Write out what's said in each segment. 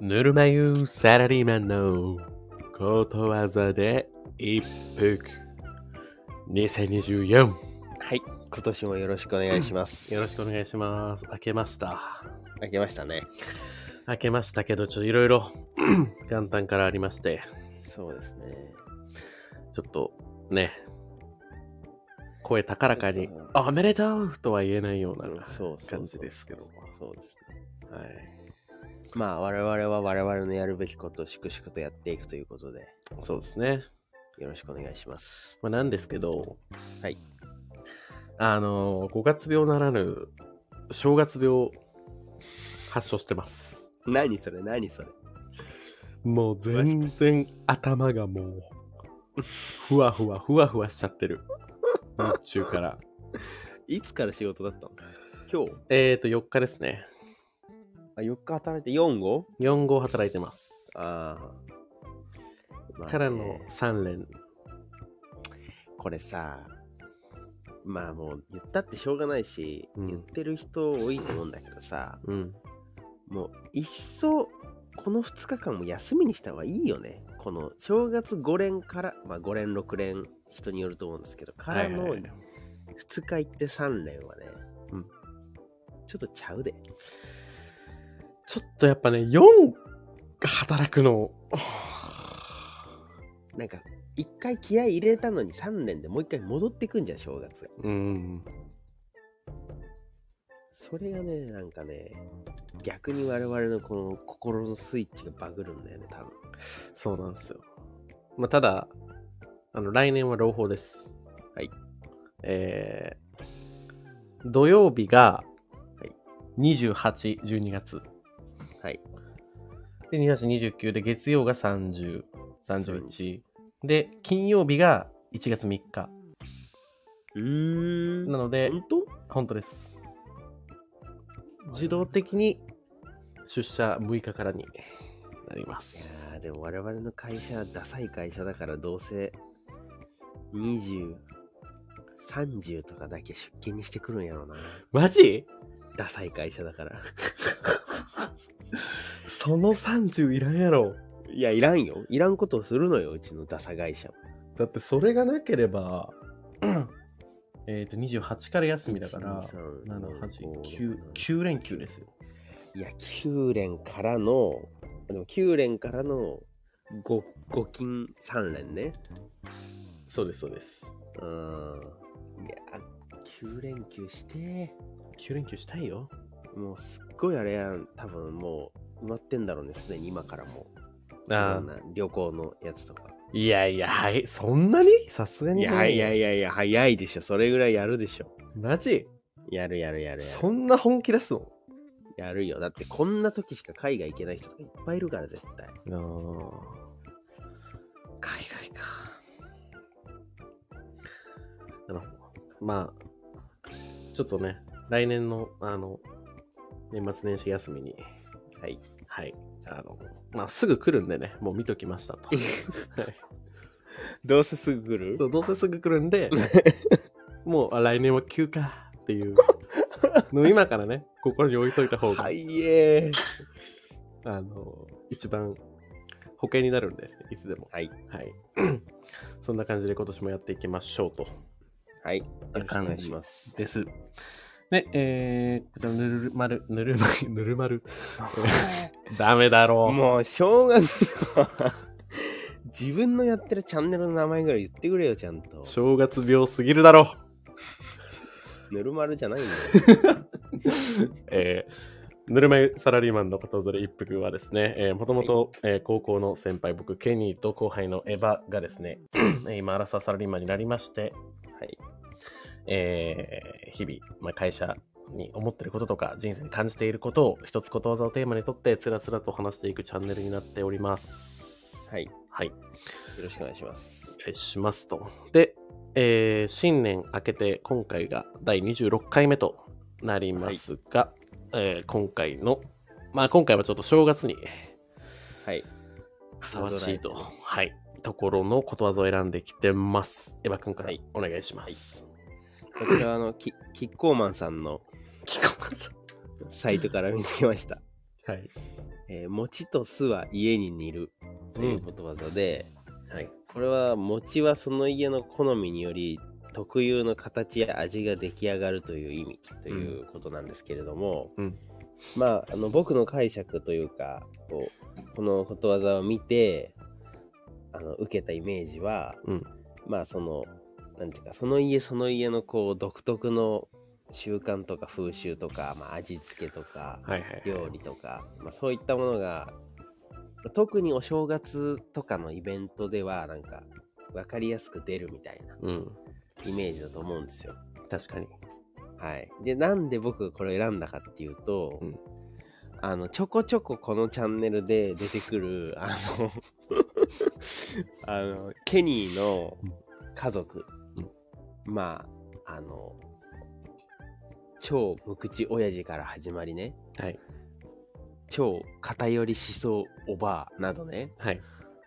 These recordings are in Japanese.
ぬるま湯サラリーマンのことわざで一服2024よはい、今年もよろしくお願いします。ろしくお願いします明けました開けましたね。明けましたけどちょっといろいろ 元旦からありましてそうですね。ちょっとね声高らかにちょっ「とあおめでとう!」とは言えないようなうんそうそうそう感じですけどもそうですね。はいまあ、我々は我々のやるべきことを粛々とやっていくということで、そうですねよろしくお願いします。まあ、なんですけど、はい。あの、5月病ならぬ、正月病、発症してます。何それ何それもう全然頭がもう、ふわふわ、ふわふわしちゃってる。日中から。 いつから仕事だったの今日えっと、4日ですね。あ ?4 日働いて4号4号働いてます。ああ。まあねからの3連。これさ、まあもう言ったってしょうがないし、うん言ってる人多いと思うんだけどさ、うん。もう一層この2日間も休みにした方がいいよね。この正月5連から、まあ、5連6連人によると思うんですけどからはいのはい2はい日行って3連はね、うんちょっとちゃうで。ちょっとやっぱね、4働くの、なんか1回気合い入れたのに3連でもう1回戻ってくんじゃん正月が。うん。それがねなんかね逆に我々のこの心のスイッチがバグるんだよね多分。そうなんですよ。まあ、ただ、あの、来年は朗報です。はい。えー、土曜日が、はい28、12月。はい。で、28、29で、月曜が30、31。で、金曜日が1月3日。うーん。なので、本当本当です。自動的に出社6日からになりまいす。やーでも我々の会社はダサい会社だからどうせ2030とかだけ出勤にしてくるんやろなマジダサい会社だからその30いらんやろ。 いやいらんよいらんことをするのようちのダサ会社はだってそれがなければ、 えっと、28から休みだから、 1 2 3 7、8、 5 9、9連休ですよ。いや9連からのでも9連からの 5, 5金3連ねそうです、そうです。うんいや9連休して9連休したいよ。もうすっごいあれやん、多分もう埋まってんだろうね、すでに今からもう。いろんな旅行のやつとか。いやいや、はい、そんなにさすがいに。やいやや。いやいや、早いでしょ。それぐらいやるでしょ。マジやるやるやるやる。そんな本気出すのやるよ。だってこんな時しか海外行けない人とかいっぱいいるから、絶対。海外か。あのまあ、ちょっとね、来年の、あの、年末年始休みに、はい。はい、あの、まあ、すぐ来るんでね、もう見ときましたと。 はいどうせすぐ来るそうどうせすぐ来るん で、もうあ来年は休かっていう のを今からね、心に置いといた方が、はいえー。あの、一番保険になるんで、いつでも。はい。はい。 そんな感じで今年もやっていきましょうと。はい。よろしくお願いしすます。 です。で、えー、こちら、ぬるまる、ぬるまる、ぬるまる。ダメだろう。もう正月は 自分のやってるチャンネルの名前ぐらい言ってくれよ、ちゃんと。正月病すぎるだろぬるまるじゃないんだよ。う。 えーぬるま湯サラリーマンのことぞれ一服はですね、えー、もともと、えー高校の先輩、僕、ケニーと後輩のエヴァがです ね、えー今、アラサーサラリーマンになりまして、はい。えー日々、まあ、会社に思ってることとか、人生に感じていることを、一つことわざをテーマにとって、つらつらと話していくチャンネルになっております。はい。よはい。ろしくお願いしますお。願いしますと。で、えー新年明けて今回が第26回目となりますが、えー今回の、まあ今回はちょっと正月にはい。ふさわしいと、はい、ところのことわざを選んできてます。エヴァ君からはいお願いします。こちらはあの、キキッコーマンさんの聞こえます。サイトから見つけました。はい。えー餅と酢は家に煮るということわざで、はい。これは餅はその家の好みにより特有の形や味が出来上がるという意味ということなんですけれども、うんまああの僕の解釈というかこうこのことわざを見てあの受けたイメージは、うんまあそのなんていうかその家その家のこう独特の習慣とか風習とか、まあ、味付けとか、はいはい、は料い。理とか、まあ、そういったものが特にお正月とかのイベントではなんか分かりやすく出るみたいなうん。イメージだと思うんですよ。確かに。はい、でなんで僕がこれ選んだかっていうと、うんあのちょこちょここのチャンネルで出てくる あのあのケニーの家族、うんまああの超無口親父から始まりね、はい。超偏り思想おばあなどねはい。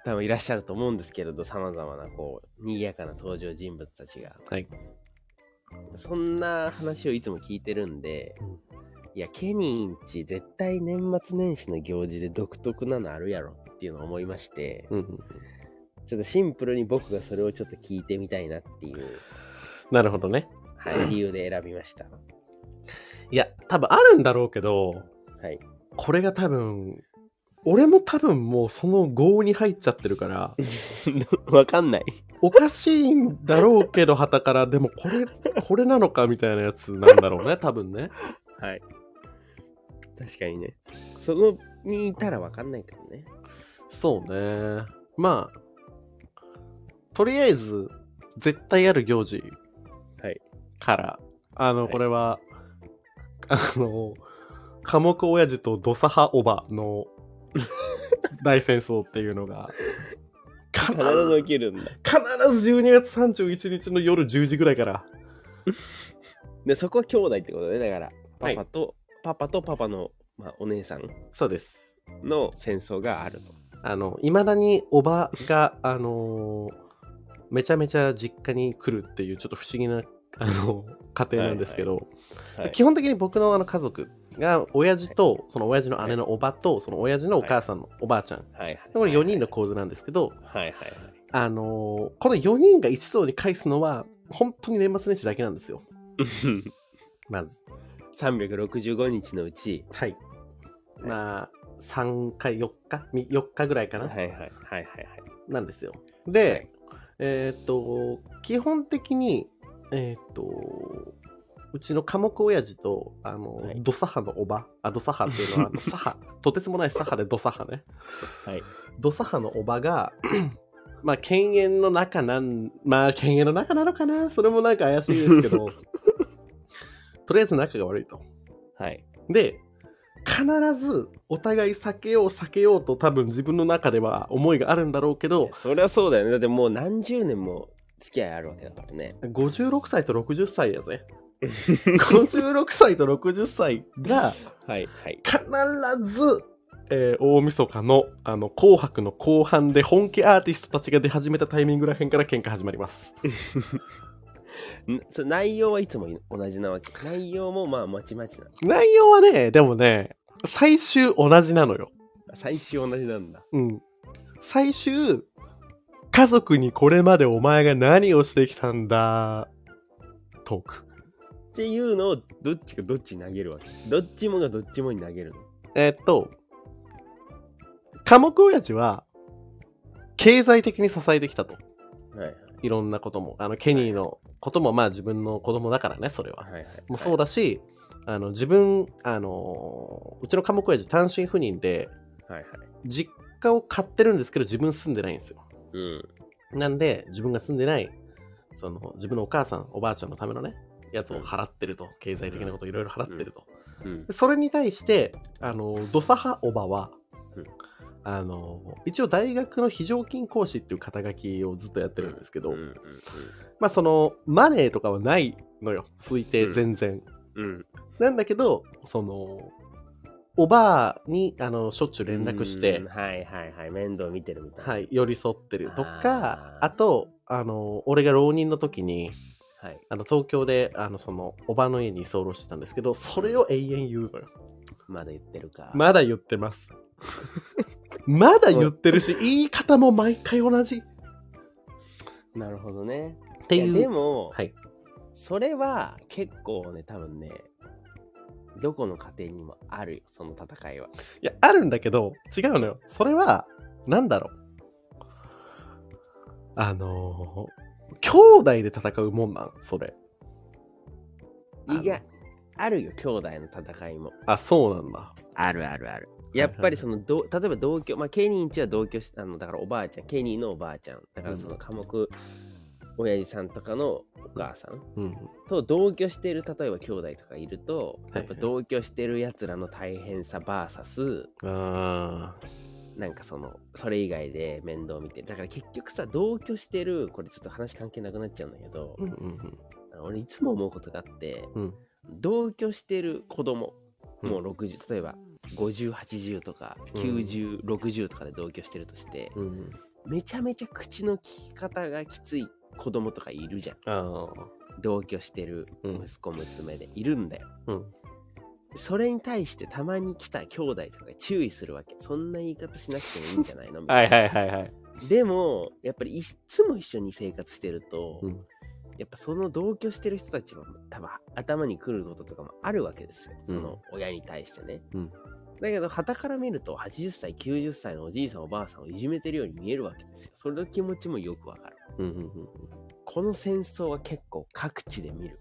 多分いらっしゃると思うんですけれどさまざまなこう賑やかな登場人物たちがはい。そんな話をいつも聞いてるんで、いやケニーんち絶対年末年始の行事で独特なのあるやろっていうのを思いまして、うんうん。ちょっとシンプルに僕がそれをちょっと聞いてみたいなっていう、なるほどね。はい、理由で選びましたいや、多分あるんだろうけど、はいこれが多分、俺も多分もうその業に入っちゃってるから、 わかんないおかしいんだろうけど、旗から、でもこ れ、これなのかみたいなやつなんだろうね、多分ね。はい確かにねそのにいたらわかんないからねそうね。まあ、とりあえず、絶対ある行事はいから、あの、はいこれは、あの、寡黙親父と土佐派おば の大戦争っていうのが、必必ずず起きるんだ必ず12月31日の夜10時ぐらいから。でそこは兄弟ってことねだからはパいパと、パパとパパの、まあ、お姉さんそうです。の戦争があるとあの、いまだにおばが、あのーめちゃめちゃ実家に来るっていう、ちょっと不思議な、あの、家庭なんですけど、はい基本的に僕のあの家族が、親父と、その親父の姉のおばと、その親父のお母さんのおばあちゃん。はいはいこれ4人の構図なんですけど、はいはいはいあのーこの4人が一堂に会すのは、本当に年末年始だけなんですよ。 うんまず。 365日のうちはい。まあ、3回、4日 ?4 日ぐらいかはな。いはいはいはいはいなんですよ。で、はいえーっと、基本的に、えーっと、うちの寡黙親父と、あの、はいドサハのおば、あ、ドサハっていうのは、あ のサハ、とてつもないサハでドサハね。はいドサハのおばが、 まあ、犬猿の中なん、まあ、犬猿の中なのかなそれもなんか怪しいですけ ど、とりあえず仲が悪いと。はいで、必ずお互い避けよう避けようと多分自分の中では思いがあるんだろうけど、そりゃそうだよねだってもう何十年も付き合いあるわけだからね56歳と60歳やぜ56歳と60歳がはいはい必ず、えー大晦日のあの紅白の後半で本気アーティストたちが出始めたタイミングらへんから喧嘩始まりますんそれ内容はいつも同じなわけ内容もまあまちまちな内容はねでもね最終同じなのよ最終同じなんだうん最終家族にこれまでお前が何をしてきたんだトークっていうのをどっちがどっちに投げるわけどっちもがどっちもに投げるのえーっと、寡黙親父は、経済的に支えてきたと。はいはいいろんなことも。あの、ケニーのことも、まあ自分の子供だからね、それは。はいはいもうそうだし、あの、自分、あのーうちの寡黙親父単身赴任で、はいはい実家を買ってるんですけど、自分住んでないんですよ。うんなんで、自分が住んでない、その、自分のお母さん、おばあちゃんのためのね、やつを払ってると。経済的なこといろいろ払ってると。うんでそれに対して、あの、土佐派おばはうん、あの、一応大学の非常勤講師っていう肩書きをずっとやってるんですけど、うんうんまあその、マネーとかはないのよ。推定全然。うんなんだけど、その、おばあに、あの、しょっちゅう連絡しうんて、はいはいはい面倒見てるみたいなはい、寄り添ってるとか、あーあと、あの、俺が浪人の時に、はいあの、東京で、あの、その、おばの家に居候してたんですけど、それを永遠言うのよ。まだ言ってるかまだ言ってます。まだ言ってるし、言い方も毎回同じ。っなるほどね。ていいやう。でも、はい。それは結構ね、多分ね、どこの家庭にもあるよ、その戦いは。いや、あるんだけど、違うのよ。それは、なんだろう。あのー兄弟で戦うもんなんそれ。あのいや、あるよ、兄弟の戦いも。あ、そうなんだ。あるあるある。やっぱりそのど例えば同居、まあ、ケニーんちは同居しあのだからおばあちゃんケニーのおばあちゃんだからその寡黙親父さんとかのお母さんうん。と同居してる例えば兄弟とかいるといやっぱ同居してるやつらの大変さバーサスあーなんかそのそれ以外で面倒見てるだから結局さ同居してるこれちょっと話関係なくなっちゃうんだけどうんうんあの俺いつも思うことがあってうん。うん。同居してる子供うんもう60例えば5080とかうん9060とかで同居してるとして、うん。めちゃめちゃ口の利き方がきつい子供とかいるじゃんああ。同居してるうん息子娘でいるんだよ、うんそれに対してたまに来た兄弟とかが注意するわけそんな言い方しなくてもいいんじゃないのみたいな はいはいはいはい。でもやっぱりいっつも一緒に生活してると、うんやっぱその同居してる人たちは多分頭にくることとかもあるわけですようそんの親に対してね、うんだけど傍から見ると80歳90歳のおじいさんおばあさんをいじめてるように見えるわけですよそれの気持ちもよくわかるうんうんうんこの戦争は結構各地で見る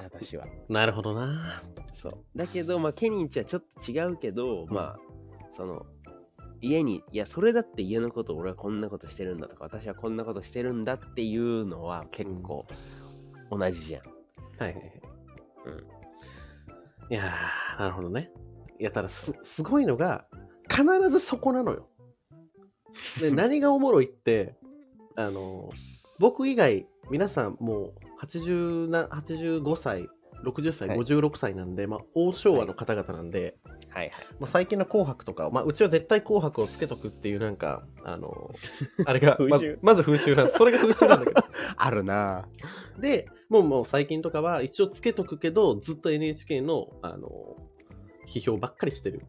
私はうん。なるほどな。そうだけどまあケニーんちはちょっと違うけど、うんまあその家にいやそれだって家のこと俺はこんなことしてるんだとか私はこんなことしてるんだっていうのは結構同じじゃん、はいはいはい。うんいやー、なるほどね。いや、ただす、すごいのが、必ずそこなのよ。で、何がおもろいって、あの、僕以外、皆さんもう80な、85歳、60歳、はい56歳なんで、まあ、大昭和の方々なんで、はいはいもう最近の紅白とかを、まあ、うちは絶対紅白をつけとくっていう、なんか、あの、あれが、風習ままず風習なんです。それが風習なんだけど。 あるなで、もうもう最近とかは一応つけとくけど、ずっと NHK の、あの、批評ばっかりしてる。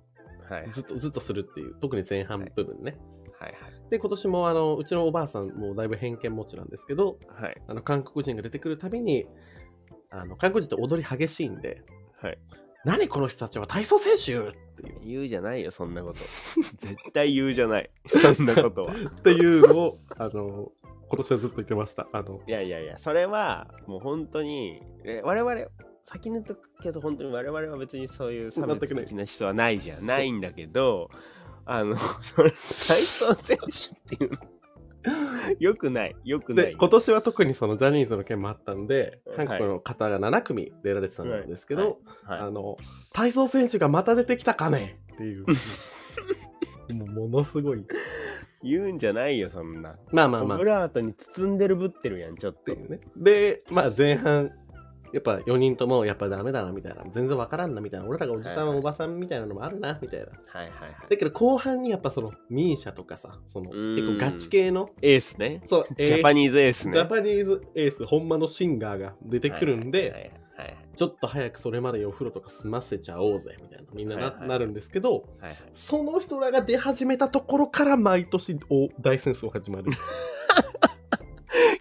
はいずっと、ずっとするっていう。特に前半部分ね。はいで、今年もあの、うちのおばあさんもだいぶ偏見持ちなんですけど、はいはいあの、韓国人が出てくるたびに、あの、韓国人って踊り激しいんで、はい何この人たちは体操選手っていう。言うじゃないよそんな こと絶対言うじゃないそんなことはっていうの を、あの、今年はずっと言ってました。あの、いやいやいやそれはもう本当にえ我々先に言っとくけど本当に我々は別にそういう差別的な思想はないじゃんないんだけどあのそれ体操選手っていうのよくないよくなでい今年は特にそのジャニーズの件もあったんでは韓い国の方が7組出られてたんですけど、はいあの体操選手がまた出てきたかねって いうもうものすごい言うんじゃないよそんなまあまあオまあっブラートに包んでるぶってるやんちょっとていうねでまあ前半やっぱ4人ともやっぱダメだなみたいな全然わからんなみたいな俺らがおじさんはいはいおばさんみたいなのもあるなみたいなはいはいはいだけど後半にやっぱそのミーシャとかさそのうーん結構ガチ系のエースねそうジャパニーニーズエースズねジャパニーズエース本間のシンガーが出てくるんで、はいはいはいはいちょっと早くそれまでお風呂とか済ませちゃおうぜみたいなみんなな,、はいはいなるんですけどはいはいその人らが出始めたところから毎年お大戦争始ま る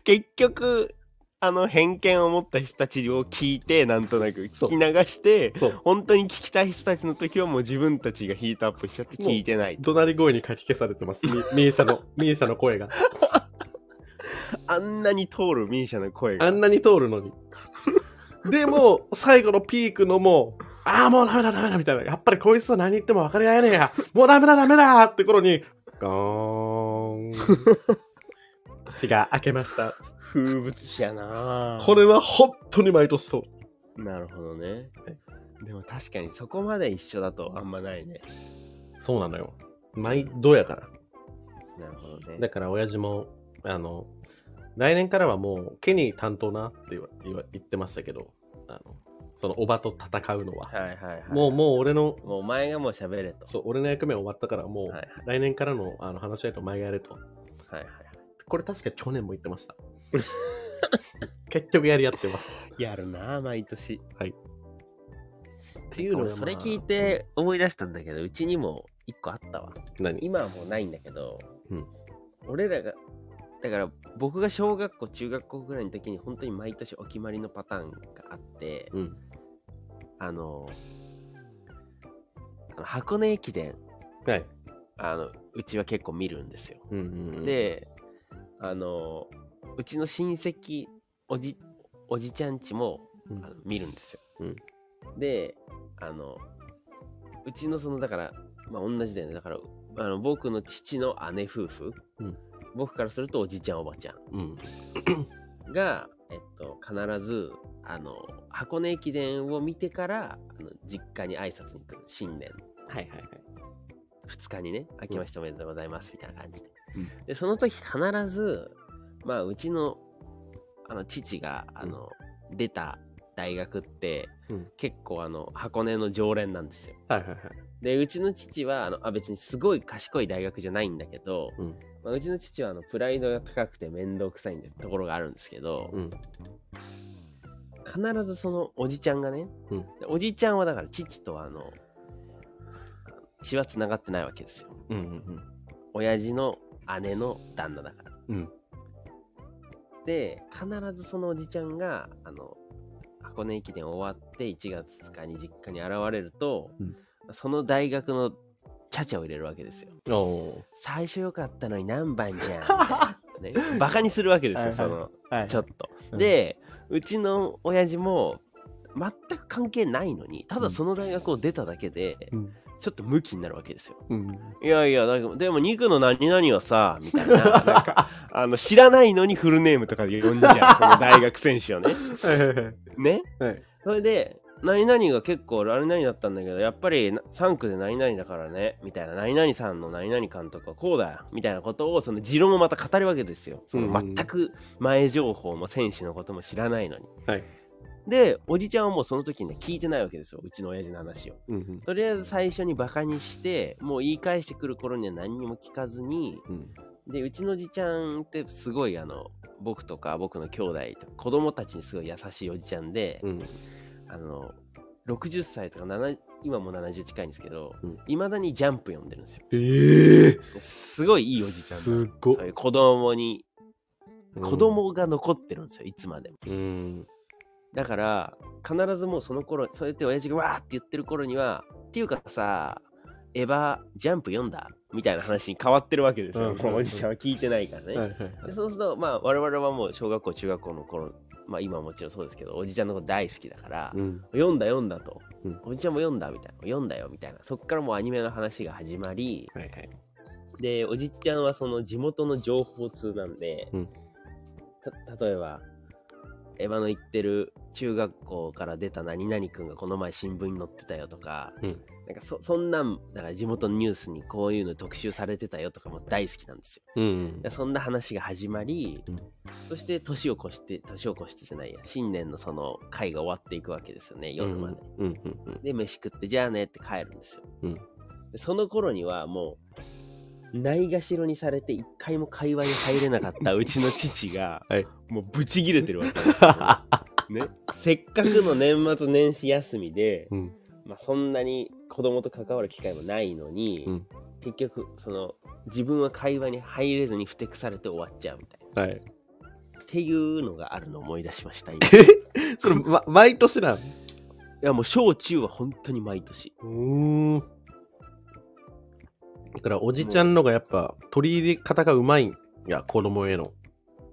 結局あの偏見を持った人たちを聞いてなんとなく聞き流してそう本当に聞きたい人たちの時はもう自分たちがヒートアップしちゃって聞いてない怒鳴り声にかき消されてますミ ミーシャのミーシャの声があんなに通るミーシャの声があんなに通るのにでも最後のピークのもうああもうダメだダメだみたいなやっぱりこいつは何言っても分かり合えねえやもうダメだダメだって頃にゴ ーン私が開けました風物詩やなこれは本当に毎年そうなるほどねはいでも確かにそこまで一緒だとあんまないねそうなのよ。毎度やから。なるほどだねから親父も、あの、来年からはもう、ケニー担当なって言わ言わ言ってましたけど、あの、そのおばと戦うのは。はいはいはいもう、ももう俺の、うお前がもう喋れとそう、俺の役目は終わったから、もう、はい来年からのあの話し合いと前がやれと。はいはいこれ確か去年も言ってました。 結局やり合ってます。やるなあ毎年っていうのが俺まあそれ聞いて思い出したんだけどうちにも一個あったわ。何今はもうないんだけど、うん俺らが、だから僕が小学校、中学校ぐらいの時に本当に毎年お決まりのパターンがあって、うん。あの、あの箱根駅伝、はい。あの、うちは結構見るんですよ。うんうんうん、であのうちの親戚おじおじちゃんちもうんあの見るんですよ、うんであのうちのそのだからまあ同じだよねだからあの僕の父の姉夫婦、うん僕からするとおじちゃんおばちゃうん。んがえっと必ずあの箱根駅伝を見てからあの実家に挨拶に来る新年はいはいはい。 2日にね「明けましておめでとうございます」みたいな感じで、うんでその時必ずまあうちのあの父があの、出た大学って、うん結構あの箱根の常連なんですよはいはいはい。でうちの父はあのあ別にすごい賢い大学じゃないんだけど、うんまあ、うちの父はあのプライドが高くて面倒くさいんでところがあるんですけど、うん。必ずそのおじちゃんがね、うんでおじちゃんはだから父とあの血はつながってないわけですようんうん親父の姉の旦那だから。うん。うん。で必ずそのおじちゃんがあの箱根駅伝終わって1月2日に実家に現れると、うんその大学のチャチャを入れるわけですよ。おお最初良かったのに何番じ ゃん、ね、バカにするわけですよそはいのー。はいちょっうと。んでうちの親父も全く関係ないのにただその大学を出ただけでうん。ちょっとムキになるわけですよ。 うん。いやいや、だけどでも、肉の何々はさ、みたいな、なんか、あの、知らないのにフルネームとかで呼んじゃう、その大学選手を ね。はいはいはい。ね。はい。それで、何々が結構、何々だったんだけど、やっぱりな3区で何々だからね、みたいな、何々さんの何々監督はこうだよ、みたいなことを、その持論をまた語るわけですよ。そのうん全く前情報も選手のことも知らないのに。はい。で、おじちゃんはもうその時にね、聞いてないわけですよ、うちの親父の話を。うんうん。とりあえず最初にバカにしてもう言い返してくる頃には何にも聞かずにうん。でうちのじちゃんってすごいあの僕とか僕の兄弟とか子供たちにすごい優しいおじちゃんで、うん。あの60歳とか7今もう70近いんですけどうんいま、未だにジャンプ読んでるんですよええすごいいいおじちゃんだすっごそういう子供に子。供が残ってるんですよいつまでもうん。だから必ずもうその頃そうやって親父がわーって言ってる頃にはっていうかさエヴァジャンプ読んだみたいな話に変わってるわけですうよんもうおじちゃんは聞いてないからね、はいはいはい。でそうするとまあ我々はもう小学校中学校の頃まあ今はもちろんそうですけどおじちゃんのこと大好きだから、うん。読んだ読んだと、うんおじちゃんも読んだみたいな読んだよみたいなそっからもうアニメの話が始まりはいはい。でおじちゃんはその地元の情報通なんで、うんた例えばエヴァの行ってる中学校から出た何々くんがこの前新聞に載ってたよとか、うんなんかそそんなんだから地元のニュースにこういうの特集されてたよとかも大好きなんですようんで。そんな話が始まり、うんそして年を越して年を越してじゃないや新年のその会が終わっていくわけですよね夜まで、うんうんうん。で飯食ってじゃあねって帰るんですよ、うんでその頃にはもうないがしろにされて一回も会話に入れなかったうちの父が、 はいもうブチギレてるわけです よ、ね、せっかくの年末年始休みで、うんまあ、そんなに子供と関わる機会もないのに、うん結局その自分は会話に入れずにふてくされて終わっちゃうみたいなはい。っていうのがあるのを思い出し ました今いえそれ、ま、毎年なやもう小中は本当に毎年のうん。だから、おじちゃんのがやっぱ、取り入れ方がうまいんや、子供への。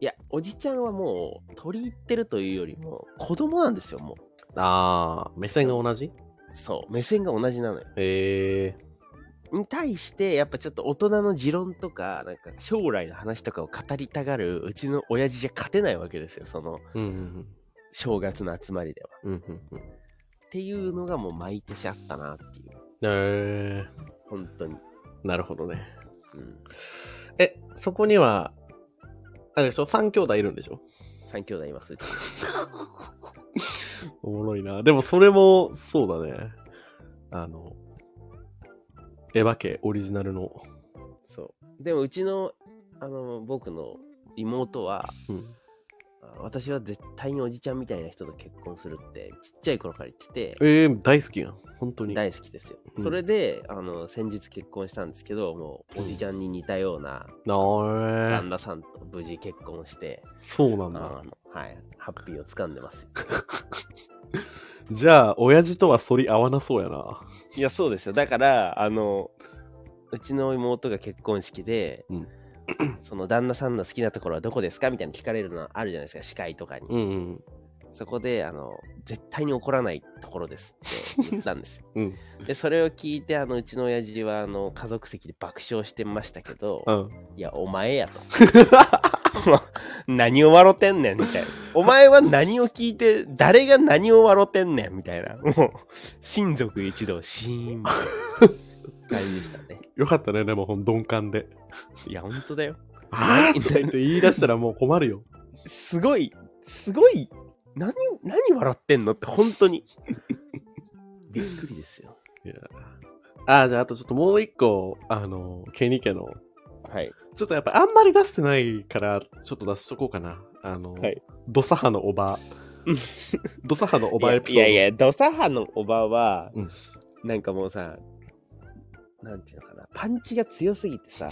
いやおじちゃんはもう取り入ってるというよりも子供なんですよもうあー、目線が同じそう目線が同じなのよへえ。に対してやっぱちょっと大人の持論とかなんか将来の話とかを語りたがるうちの親父じゃ勝てないわけですよそのうんうん正月の集まりではうん。うんうんうん。っていうのがもう毎年あったなっていうへえ。本当になるほどね。うんえ、そこには、あれでしょ ?3 兄弟いるんでしょ3兄弟いますうちにおもろいな。でもそれも、そうだね。あの、エヴァ家オリジナルの。そうでもうちのあの僕の妹はうん。ああ私は絶対におじちゃんみたいな人と結婚するってちっちゃい頃から言っててえー、大好きやん。本当に。大好きですよ、うんそれであの先日結婚したんですけどもうおじちゃんに似たようななあ旦那さんと無事結婚して、そうなんあのだ。はいハッピーを掴んでますよじゃあ、親父とは反り合わなそうやな。 いやそうですよだからあのうちの妹が結婚式で、うん その旦那さんの好きなところはどこですかみたいに聞かれるのあるじゃないですか司会とかに、うんうん。そこであの絶対に怒らないところですって言ったん ですようん。でそれを聞いてあのうちの親父はあの家族席で爆笑してましたけ どうん。いやお前やと 何を笑ってんねんみたいなお前は何を聞いて誰が何を笑ってんねんみたいなもう親族一同シーンみたいな感じでしたねよかったね、でも、ほん鈍感で。いや本当だよ ああって言い出したらもう困るよ。すごいすごい何何笑ってんのって本当にびっくりですよいやああ、じゃあ、あとちょっともう一個、あの、ケニ家の、はいちょっとやっぱあんまり出してないから、ちょっと出しとこうかな。あの、はいドサハのお ばうん。ドサハのおばエピソード。いやいやいやドサハのおばは、うんなんかもうさなんていうのかなパンチが強すぎてさ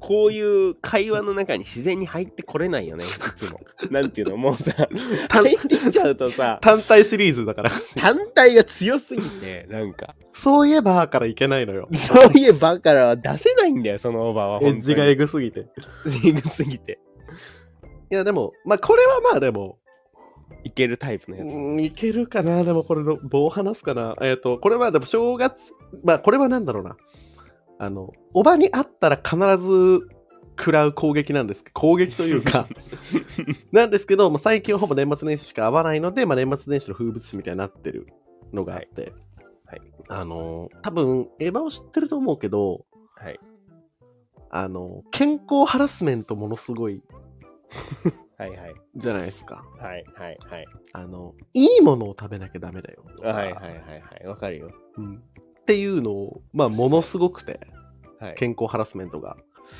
こういう会話の中に自然に入ってこれないよねいつ もなんていうのもうさ入ってきちゃうとさ単体シリーズだ から。単体が強すぎてなんかそういえばからいけないのよ。そういえばからは出せないんだよそのおばはエッジがエグすぎて。エグすぎていや、でも、まあ、これはまあでも、いけるタイプのやつ、うんいけるかなでもこれの棒話すかなえっ、と、これはでも正月、まあこれはなんだろうな。あの、おばに会ったら必ず食らう攻撃なんですけど、攻撃という か、なんですけど、まあ、最近はほぼ年末年始しか会わないので、まあ、年末年始の風物詩みたいになってるのがあって、はいあの、多分、エヴァを知ってると思うけど、はいあの、健康ハラスメントものすごいはいはいじゃないですか。はいはいはいあの、いいものを食べなきゃダメだよ。とかはいはいはいはいわかるようんっていうのを、まあ、ものすごくて、はい健康ハラスメントが。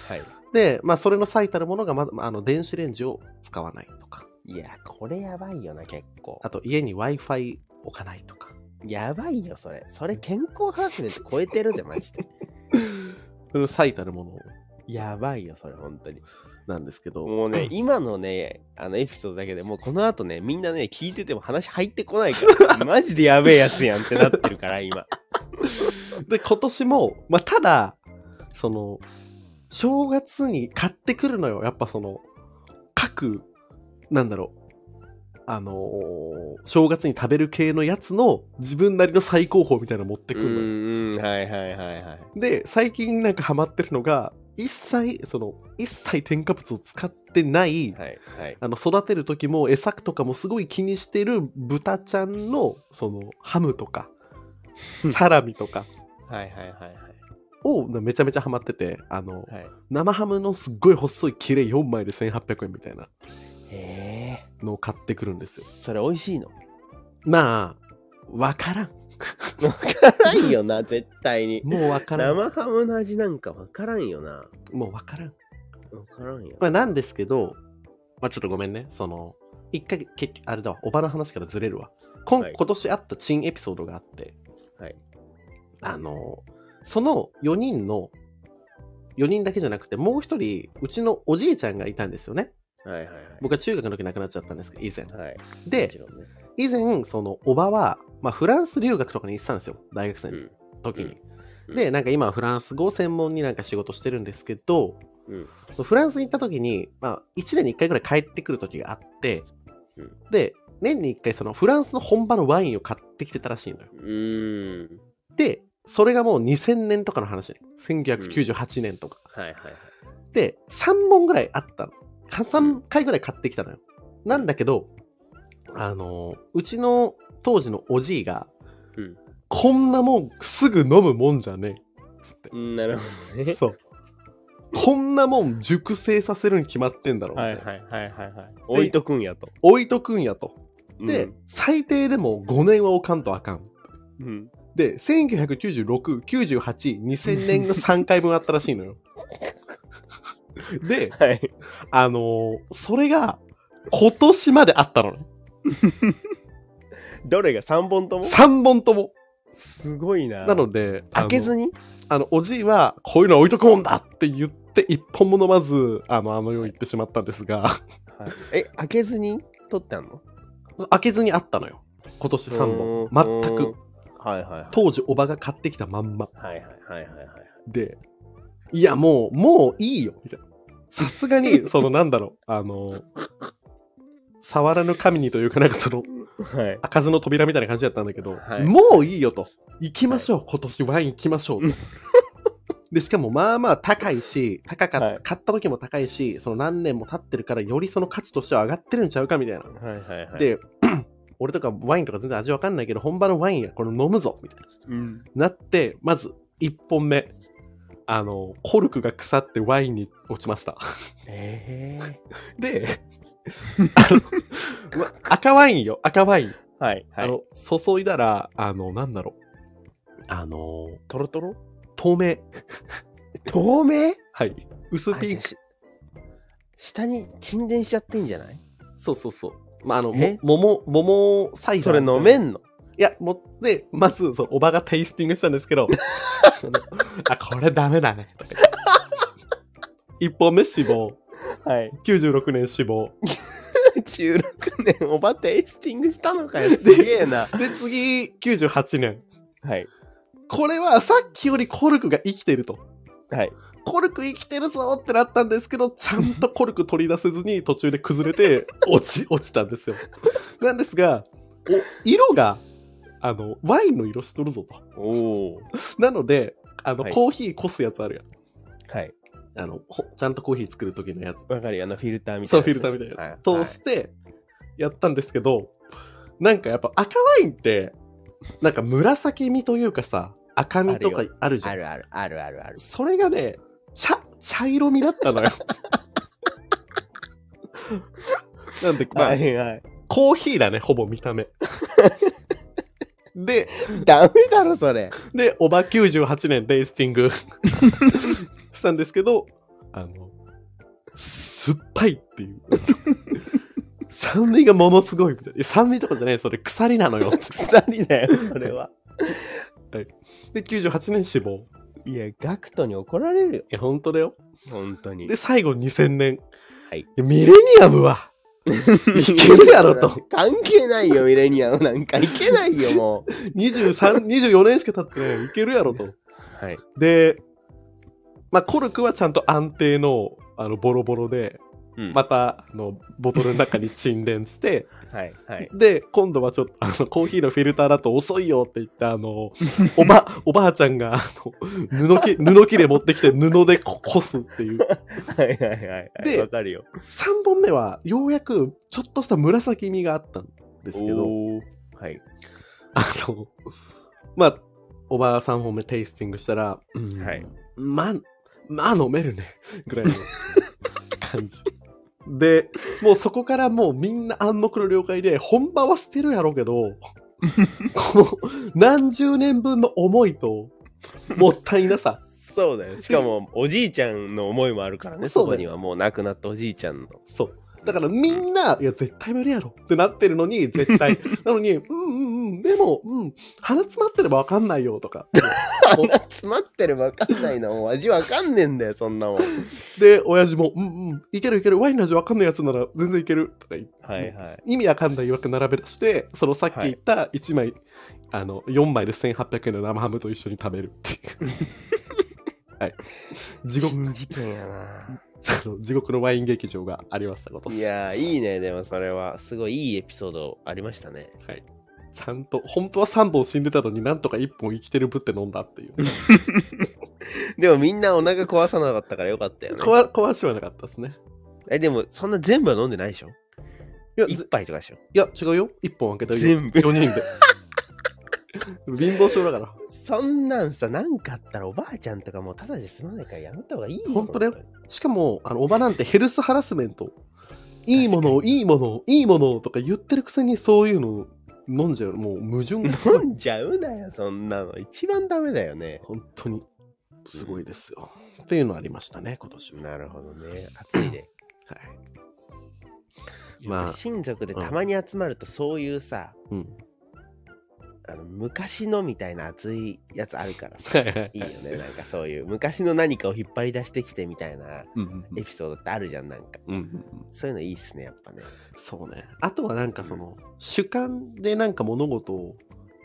はいで、まあ、それの最たるものが、まず、あの、電子レンジを使わないとか、いや、これやばいよな、結構あ。と、家に Wi-Fi 置かないとか。やばいよ、それ。それ健康ハラスメント超えてるぜ、マジ で。うん最たるものやばいよ、それ、本当に。なんですけど、もう ね、今のね、あのエピソードだけでもうこの後ね、みんなね、聞いてても話入ってこない から、マジでやべえやつやんってなってるから、今。で、今年も、まあ、ただ、その、正月に買ってくるのよ。やっぱその、各、なんだろう、あのー正月に食べる系のやつの自分なりの最高峰みたいなの持って うくるのよ。ん、うん、はいはいはいはい。で最近なんかハマってるのが一切その一切添加物を使ってない、はいはい。あの育てる時も餌とかもすごい気にしてる豚ちゃんのそのハムとかサラミとかはいはいはいをなめちゃめちゃハマっててあのはい。はい、生ハムのすっごい細い切れ4枚で1800円みたいなへのを買ってくるんえ。ですよそれ美味しいのまあわからんわからんよな、絶対に。もうわからん生ハムの味なんかわからんよな。もうわからんわからんよ。まあ、なんですけど、まあ、ちょっとごめんね、その、一回、結局、あれだわ、おばの話からずれるわ。今はい今年あったチンエピソードがあって、はい。あの、その4人の、4人だけじゃなくて、もう一人、うちのおじいちゃんがいたんですよね。はいはいはい。僕は中学の時亡くなっちゃったんですけど、以前。はい。もちで、ろんね。以前、その、おばは、まあ、フランス留学とかに行ってたんですよ、大学生のん。時に。うんで、なんか今、フランス語を専門になんか仕事してるんですけど、うん。フランスに行った時に、まあ、1年に1回ぐらい帰ってくる時があって、うんで年に1回そのフランスの本場のワインを買ってきてたらしいのようーん。でそれがもう2000年とかの話ね1998年とか、はいはいはい。で3本ぐらいあったの3回ぐらい買ってきたのよなんだけどあのうちの当時のおじいが、うんこんなもんすぐ飲むもんじゃねえっつってうんなるほどね。そうこんなもん熟成させるに決まってんだろはいみたいなはいはいはいはい。置いとくんやと。置いとくんやと。で、うん最低でも5年は置かんとあかん。うん。で、1996、98、2000年の3回分あったら しいのよ。で、はい。あのーそれが今年まであったのね。どれが3本とも3本とも。すごいな。なので、開けずに、にあの、おじいは、こういうのは置いとくもんだって言って、一本も飲まず、あの、あの世行ってしまったんですが、え、開けずに取ってあんの開けずにあったのよ。今年3本。全うく。。んはいはいはい。当時、おばが買ってきたまんまはいはいはいはいはい。で、いや、もう、もういいよ、みたいな。さすが に、その、なんだろう、あの、触らぬ神にというか、なんかその、はい。開かずの扉みたいな感じだったんだけど、はいもういいよと。行きましょう、今年ワイン行きましょうとうん。 で、しかもまあまあ高いし、高かっはい買った時も高いし、その何年も経ってるから、よりその価値としては上がってるんちゃうかみたいな。はいはいはい。、で、 俺とかワインとか全然味わかんないけど、本場のワインや、これ飲むぞみたいな。うん。なって、まず1本目。あの、コルクが腐ってワインに落ちました。 ええで、 あのま赤ワインよ、赤ワイン。はいはあい。の、注いだら、あの、なんだろう。あの、トロトロ透明。透明はい。薄ピンク。し下に沈殿しちゃってんじゃないそうそうそう。まあ、あの、もえ桃、桃サイダそーれみたいな。飲めいんのや、もうで、まず、その、おばがテイスティングしたんですけ ど、あのあ、これダメだね。とか言って1本目死亡。 はい。 96年死亡。 16年おばテイスティングしたのかよ。すげえな。で、次、98年。はい。これはさっきよりコルクが生きてると。はい。コルク生きてるぞってなったんですけど、ちゃんとコルク取り出せずに途中で崩れ て落ち、落ちたんですよ。なんですが、お色が、あの、ワインの色しとるぞと。おお。なので、あの、はいコーヒーこすやつあるやん。はい。あの、ほちゃんとコーヒー作る時のやつ。わかるよあのフィルターみたそ、いうなやつ。フィルターみたいなやつ。はい通して、やったんですけど、なんかやっぱ赤ワインって、なんか紫みというかさ、赤みとかあるじゃんあ。るあるあるあるある。それがね、茶、茶色みだった のよ。なんで、まあ、いはい。コーヒーだね、ほぼ見た目。で、ダメだろ、それ。で、おば98年テイスティング したんですけど、あの、酸っぱいっていう。酸味がものすごいみたいな。いや酸味とかじゃない、それ鎖なのよ。鎖だよ、そ れは。で、98年死亡。いや、ガクトに怒られるよ。いや、本当だよ。本当にで、最後2000年。はいやミレニアムは、いけるやろと。関係ないよ、ミレニアムなんか。いけないよ、もう。 23 24年しか経ってないいけるやろと。はい。で、まあ、コルクはちゃんと安定のあのボロボロでまま、たあのボトルの中に沈殿して、はい、はい。で今度はちょっとあのコーヒーのフィルターだと遅いよって言ってあの おばおばあちゃんがあの 布切布切れ持ってきて布でここすっていうはい、はい、はい。でわかるよ。 3本目はようやくちょっとした紫みがあったんでですけど。はい。あの、まあ、おばあさん本目テイスティングしたら、うんはいまあ、まあ飲めるね、ぐ らいの感じ。で、もうそこからもうみんな暗黙の了解で、本場は捨てるやろうけど、この何十年分の思いと、もったいなさ。そうだよ。しかも、おじいちゃんの思いもあるからね、そうそだよこにはもう亡くなったおじいちゃんの。そう。だからみんな、いや、絶対無理やろってなってるのに、絶対。なのに、うんうんうん、でも、うん、鼻詰まってればわかんないよとか。お詰まってるわかんないな、もう味わかんねえんだよ、そんなもん。で、親父も、うんうん、いけるいける、ワインの味わかんないやつなら全然いけるとか言って、はい、はい。意味わかんない曰く並べ出して、そのさっき言った1枚、あの、4枚で1800円の生ハムと一緒に食べるっていう。 はい。地獄、事件やな。あの地獄のワイン劇場がありました、今年。いやー、いいね、でもそれは。すごいいいエピソードありましたね。はい。ちゃんと、本当は3本死んでたのになんとか1本生きてるぶって飲んだっていう。でもみんなお腹壊さなかったからよかったよね。壊壊しはなかったですね。え、でもそんな全部は飲んでないでしょいや、ず一杯とかでしょいや違うよ。1本開けたよ。全部。 4人で。 貧乏症だから。そんなんさ、なんかあったらおばあちゃんとかもうただじゃ済まないからやめた方がいいよ。ほんとだよしかも、あの、おばなんてヘルスハラスメント。いいものを、確かにいいものを、いいものをとか言ってるくせにそういうのを飲んじゃう。もう矛盾がすご 飲い。んじゃうなよ、そんなの。一番ダメだよね。本当に、すごいですよ。っていうのありましたね、今年は。なるほどね。暑いね。はい。まあ親族でうんたまに集まるとそういうさ、うん。あの昔のみたいな熱いやつあるから さはいはいいいよねなんかそういう昔の何かを引っ張り出してきてみたいなうんエピソードってあるじゃんなんかうんうん。そういうのいいっすねやっぱねそうね。あとはなんかその、主観でなんか物事を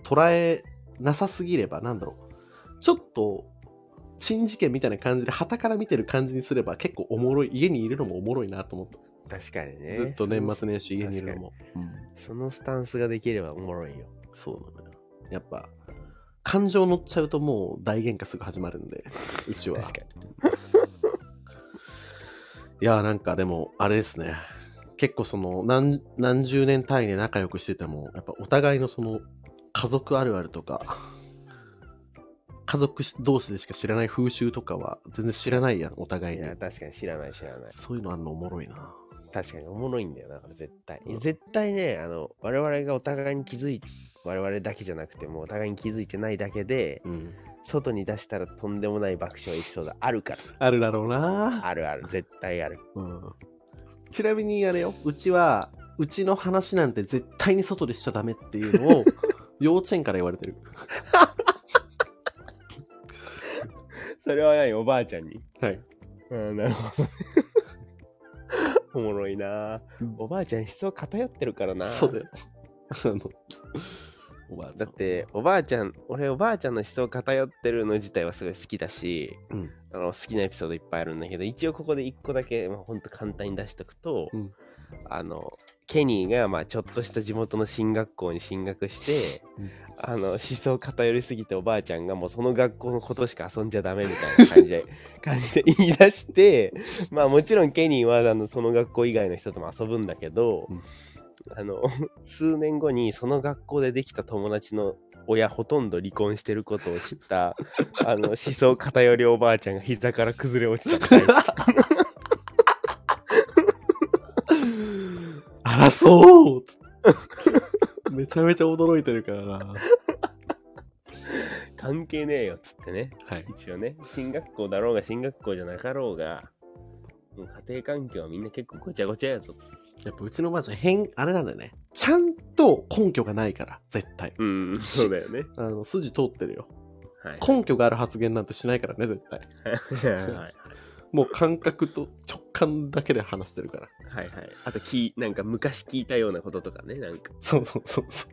捉えなさすぎれば、なんだろう。ちょっと、珍事件みたいな感じで、旗から見てる感じにすれば結構おもろい。家にいるのもおもろいなと思った。確かにねずっと年末年始家にいるのも。うんそのスタンスができればおもろいよそうなのよ。やっぱ、感情乗っちゃうともう大喧嘩すぐ始まるんで、うちは。確かいやーなんかでもあれですね結構その何何十年単位で仲良くしててもやっぱお互いのその家族あるあるとか家族同士でしか知らない風習とかは全然知らないやんお互いにいにや確かに知らない知らないそういうのあんのおもろいな確かにおもろいんだよだから絶対、うん絶対ねあの我々がお互いに気づい我々だけじゃなくてもお互いに気づいてないだけでうん外に出したらとんでもない爆笑エピソードあるからあるだろうな、あ るある絶対あるうん、ちなみにあれようちはうちの話なんて絶対に外でしちゃダメっていうの を幼稚園から言われてる それは何おばあちゃんにはいうんなるほど おもろいなおばあちゃん思想偏ってるからなそうだよ あのおばあちゃんだっておばあちゃん俺おばあちゃんの思想偏ってるの自体はすごい好きだしうんあの好きなエピソードいっぱいあるんだけど一応ここで一個だけ、まあ、ほんと簡単に出しとくと、うんあのケニーがまあちょっとした地元の進学校に進学して、うんあの思想偏りすぎておばあちゃんがもうその学校のことしか遊んじゃダメみたいな感じで 感じで言い出してまあもちろんケニーはあのその学校以外の人とも遊ぶんだけど、うんあの数年後にその学校でできた友達の親ほとんど離婚してることを知ったあの思想偏りおばあちゃんが膝から崩れ落ちたみたいな 争おうつってめちゃめちゃ驚いてるからな。関係ねえよっつってねはい。一応ね進学校だろうが進学校じゃなかろうがもう家庭環境はみんな結構ごちゃごちゃやぞやっぱうちのばあちゃん変、あれなんだよね。ちゃんと根拠がないから、絶対。うんそうだよねあの、筋通ってるよ。はい根拠がある発言なんてしないからね、絶対。はいもう感覚と直感だけで話してるから。はいはいあときなんか昔聞いたようなこととかねなんかそうそうそうそう。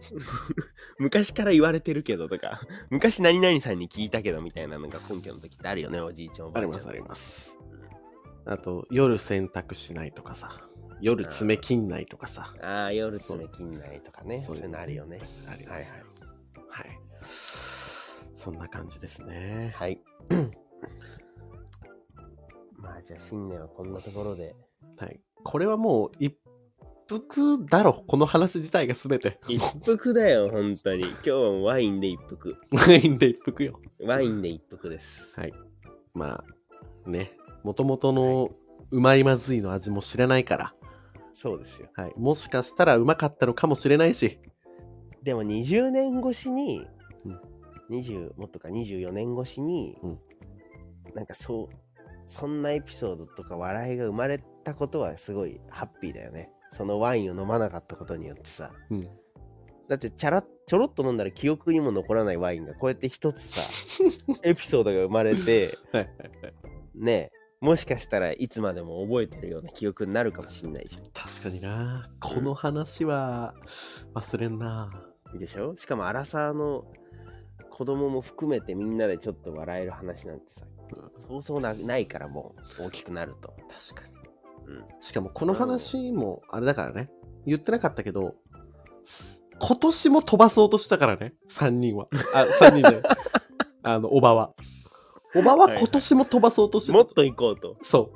昔から言われてるけどとか昔何々さんに聞いたけどみたいなのが根拠の時ってあるよねおじいちゃんおばああちりゃんますあります。あと、夜洗濯しないとかさ。夜爪切んないとかさ。ああ夜爪切んないとかねそそうういうのあるよねありますよ。はい、そんな感じですね。はい。 まあじゃあ新年はこんなところで。はい、これはもう一服だろこの話自体が全て 一服だよ、本当に。今日はワインで一服。ワインで一服よワインで一服です。はいまあねもともとのうまいまずいの味も知らないから、そうですよ。はい、もしかしたらうまかったのかもしれないしでも20年越しにうん、 20もっとか24年越しに、うんなんかそう、そんなエピソードとか笑いが生まれたことはすごいハッピーだよね。そのワインを飲まなかったことによってさ。うんだってチャラちょろっと飲んだら記憶にも残らないワインがこうやって一 つさエピソードが生まれてはいはいはいねえもしかしたらいつまでも覚えてるような記憶になるかもしんないじ確かになこの話は忘れんなゃんでしょしかも荒沢の子供も含めてみんなでちょっと笑える話なんてさそうそうなないからもう大きくなると、確かにうん、しかもこの話もあれだからね言ってなかったけどす今年も飛ばそうとしたからね3人は あ3人であのおばはおばは今年も飛ばそうとしてたもっと行こうとそ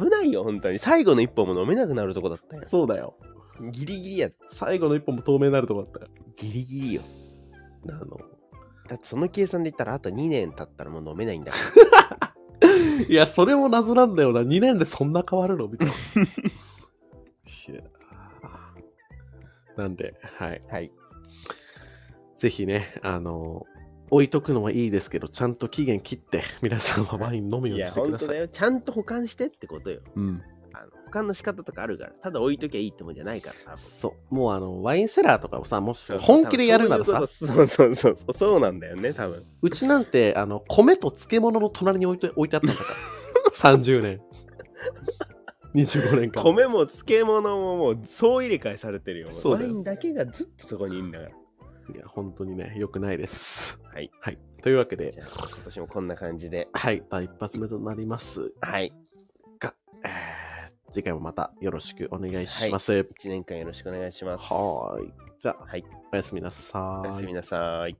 危ないよ本当に最後の一本も飲めなくなるとこだったようそうだよギリギリや最後の一本も透明になるとこだったよギリギリよあのだってその計算で言ったらあと2年経ったらもう飲めないんだからいやそれも謎なんだよな2年でそんな変わるの みたいないやなんではい はい。ぜひね、あの置いとくのはいいですけど、ちゃんと期限切って、皆さんはワイン飲むよういにや、してく本だ当さだい。よ。ちゃんと保管してってことよ。うん、あの保管の仕方とかあるからただ置いときゃいいってもんじゃないから多分そう。もうあの、ワインセラーとかをさ、もしそう 本気でやるならさ、うそういうことそうそうそうそうそうなんだよね多分ちなんて、あの、米と漬物の隣に置いて置いてあったんだ から。30年。25年間。米も漬物ももう総入れ替えされてるよそうワだよインだけがずっとそこにいんだからいや、本当にね、良くないです。はい。はい。というわけでじ、ゃあ今年もこんな感じではい。第一発目となりますはいが、えー次回もまたよろしくお願いします。はーい。 1年間よろしくお願いしますじゃあ、はいおやすみなさおやすみなさい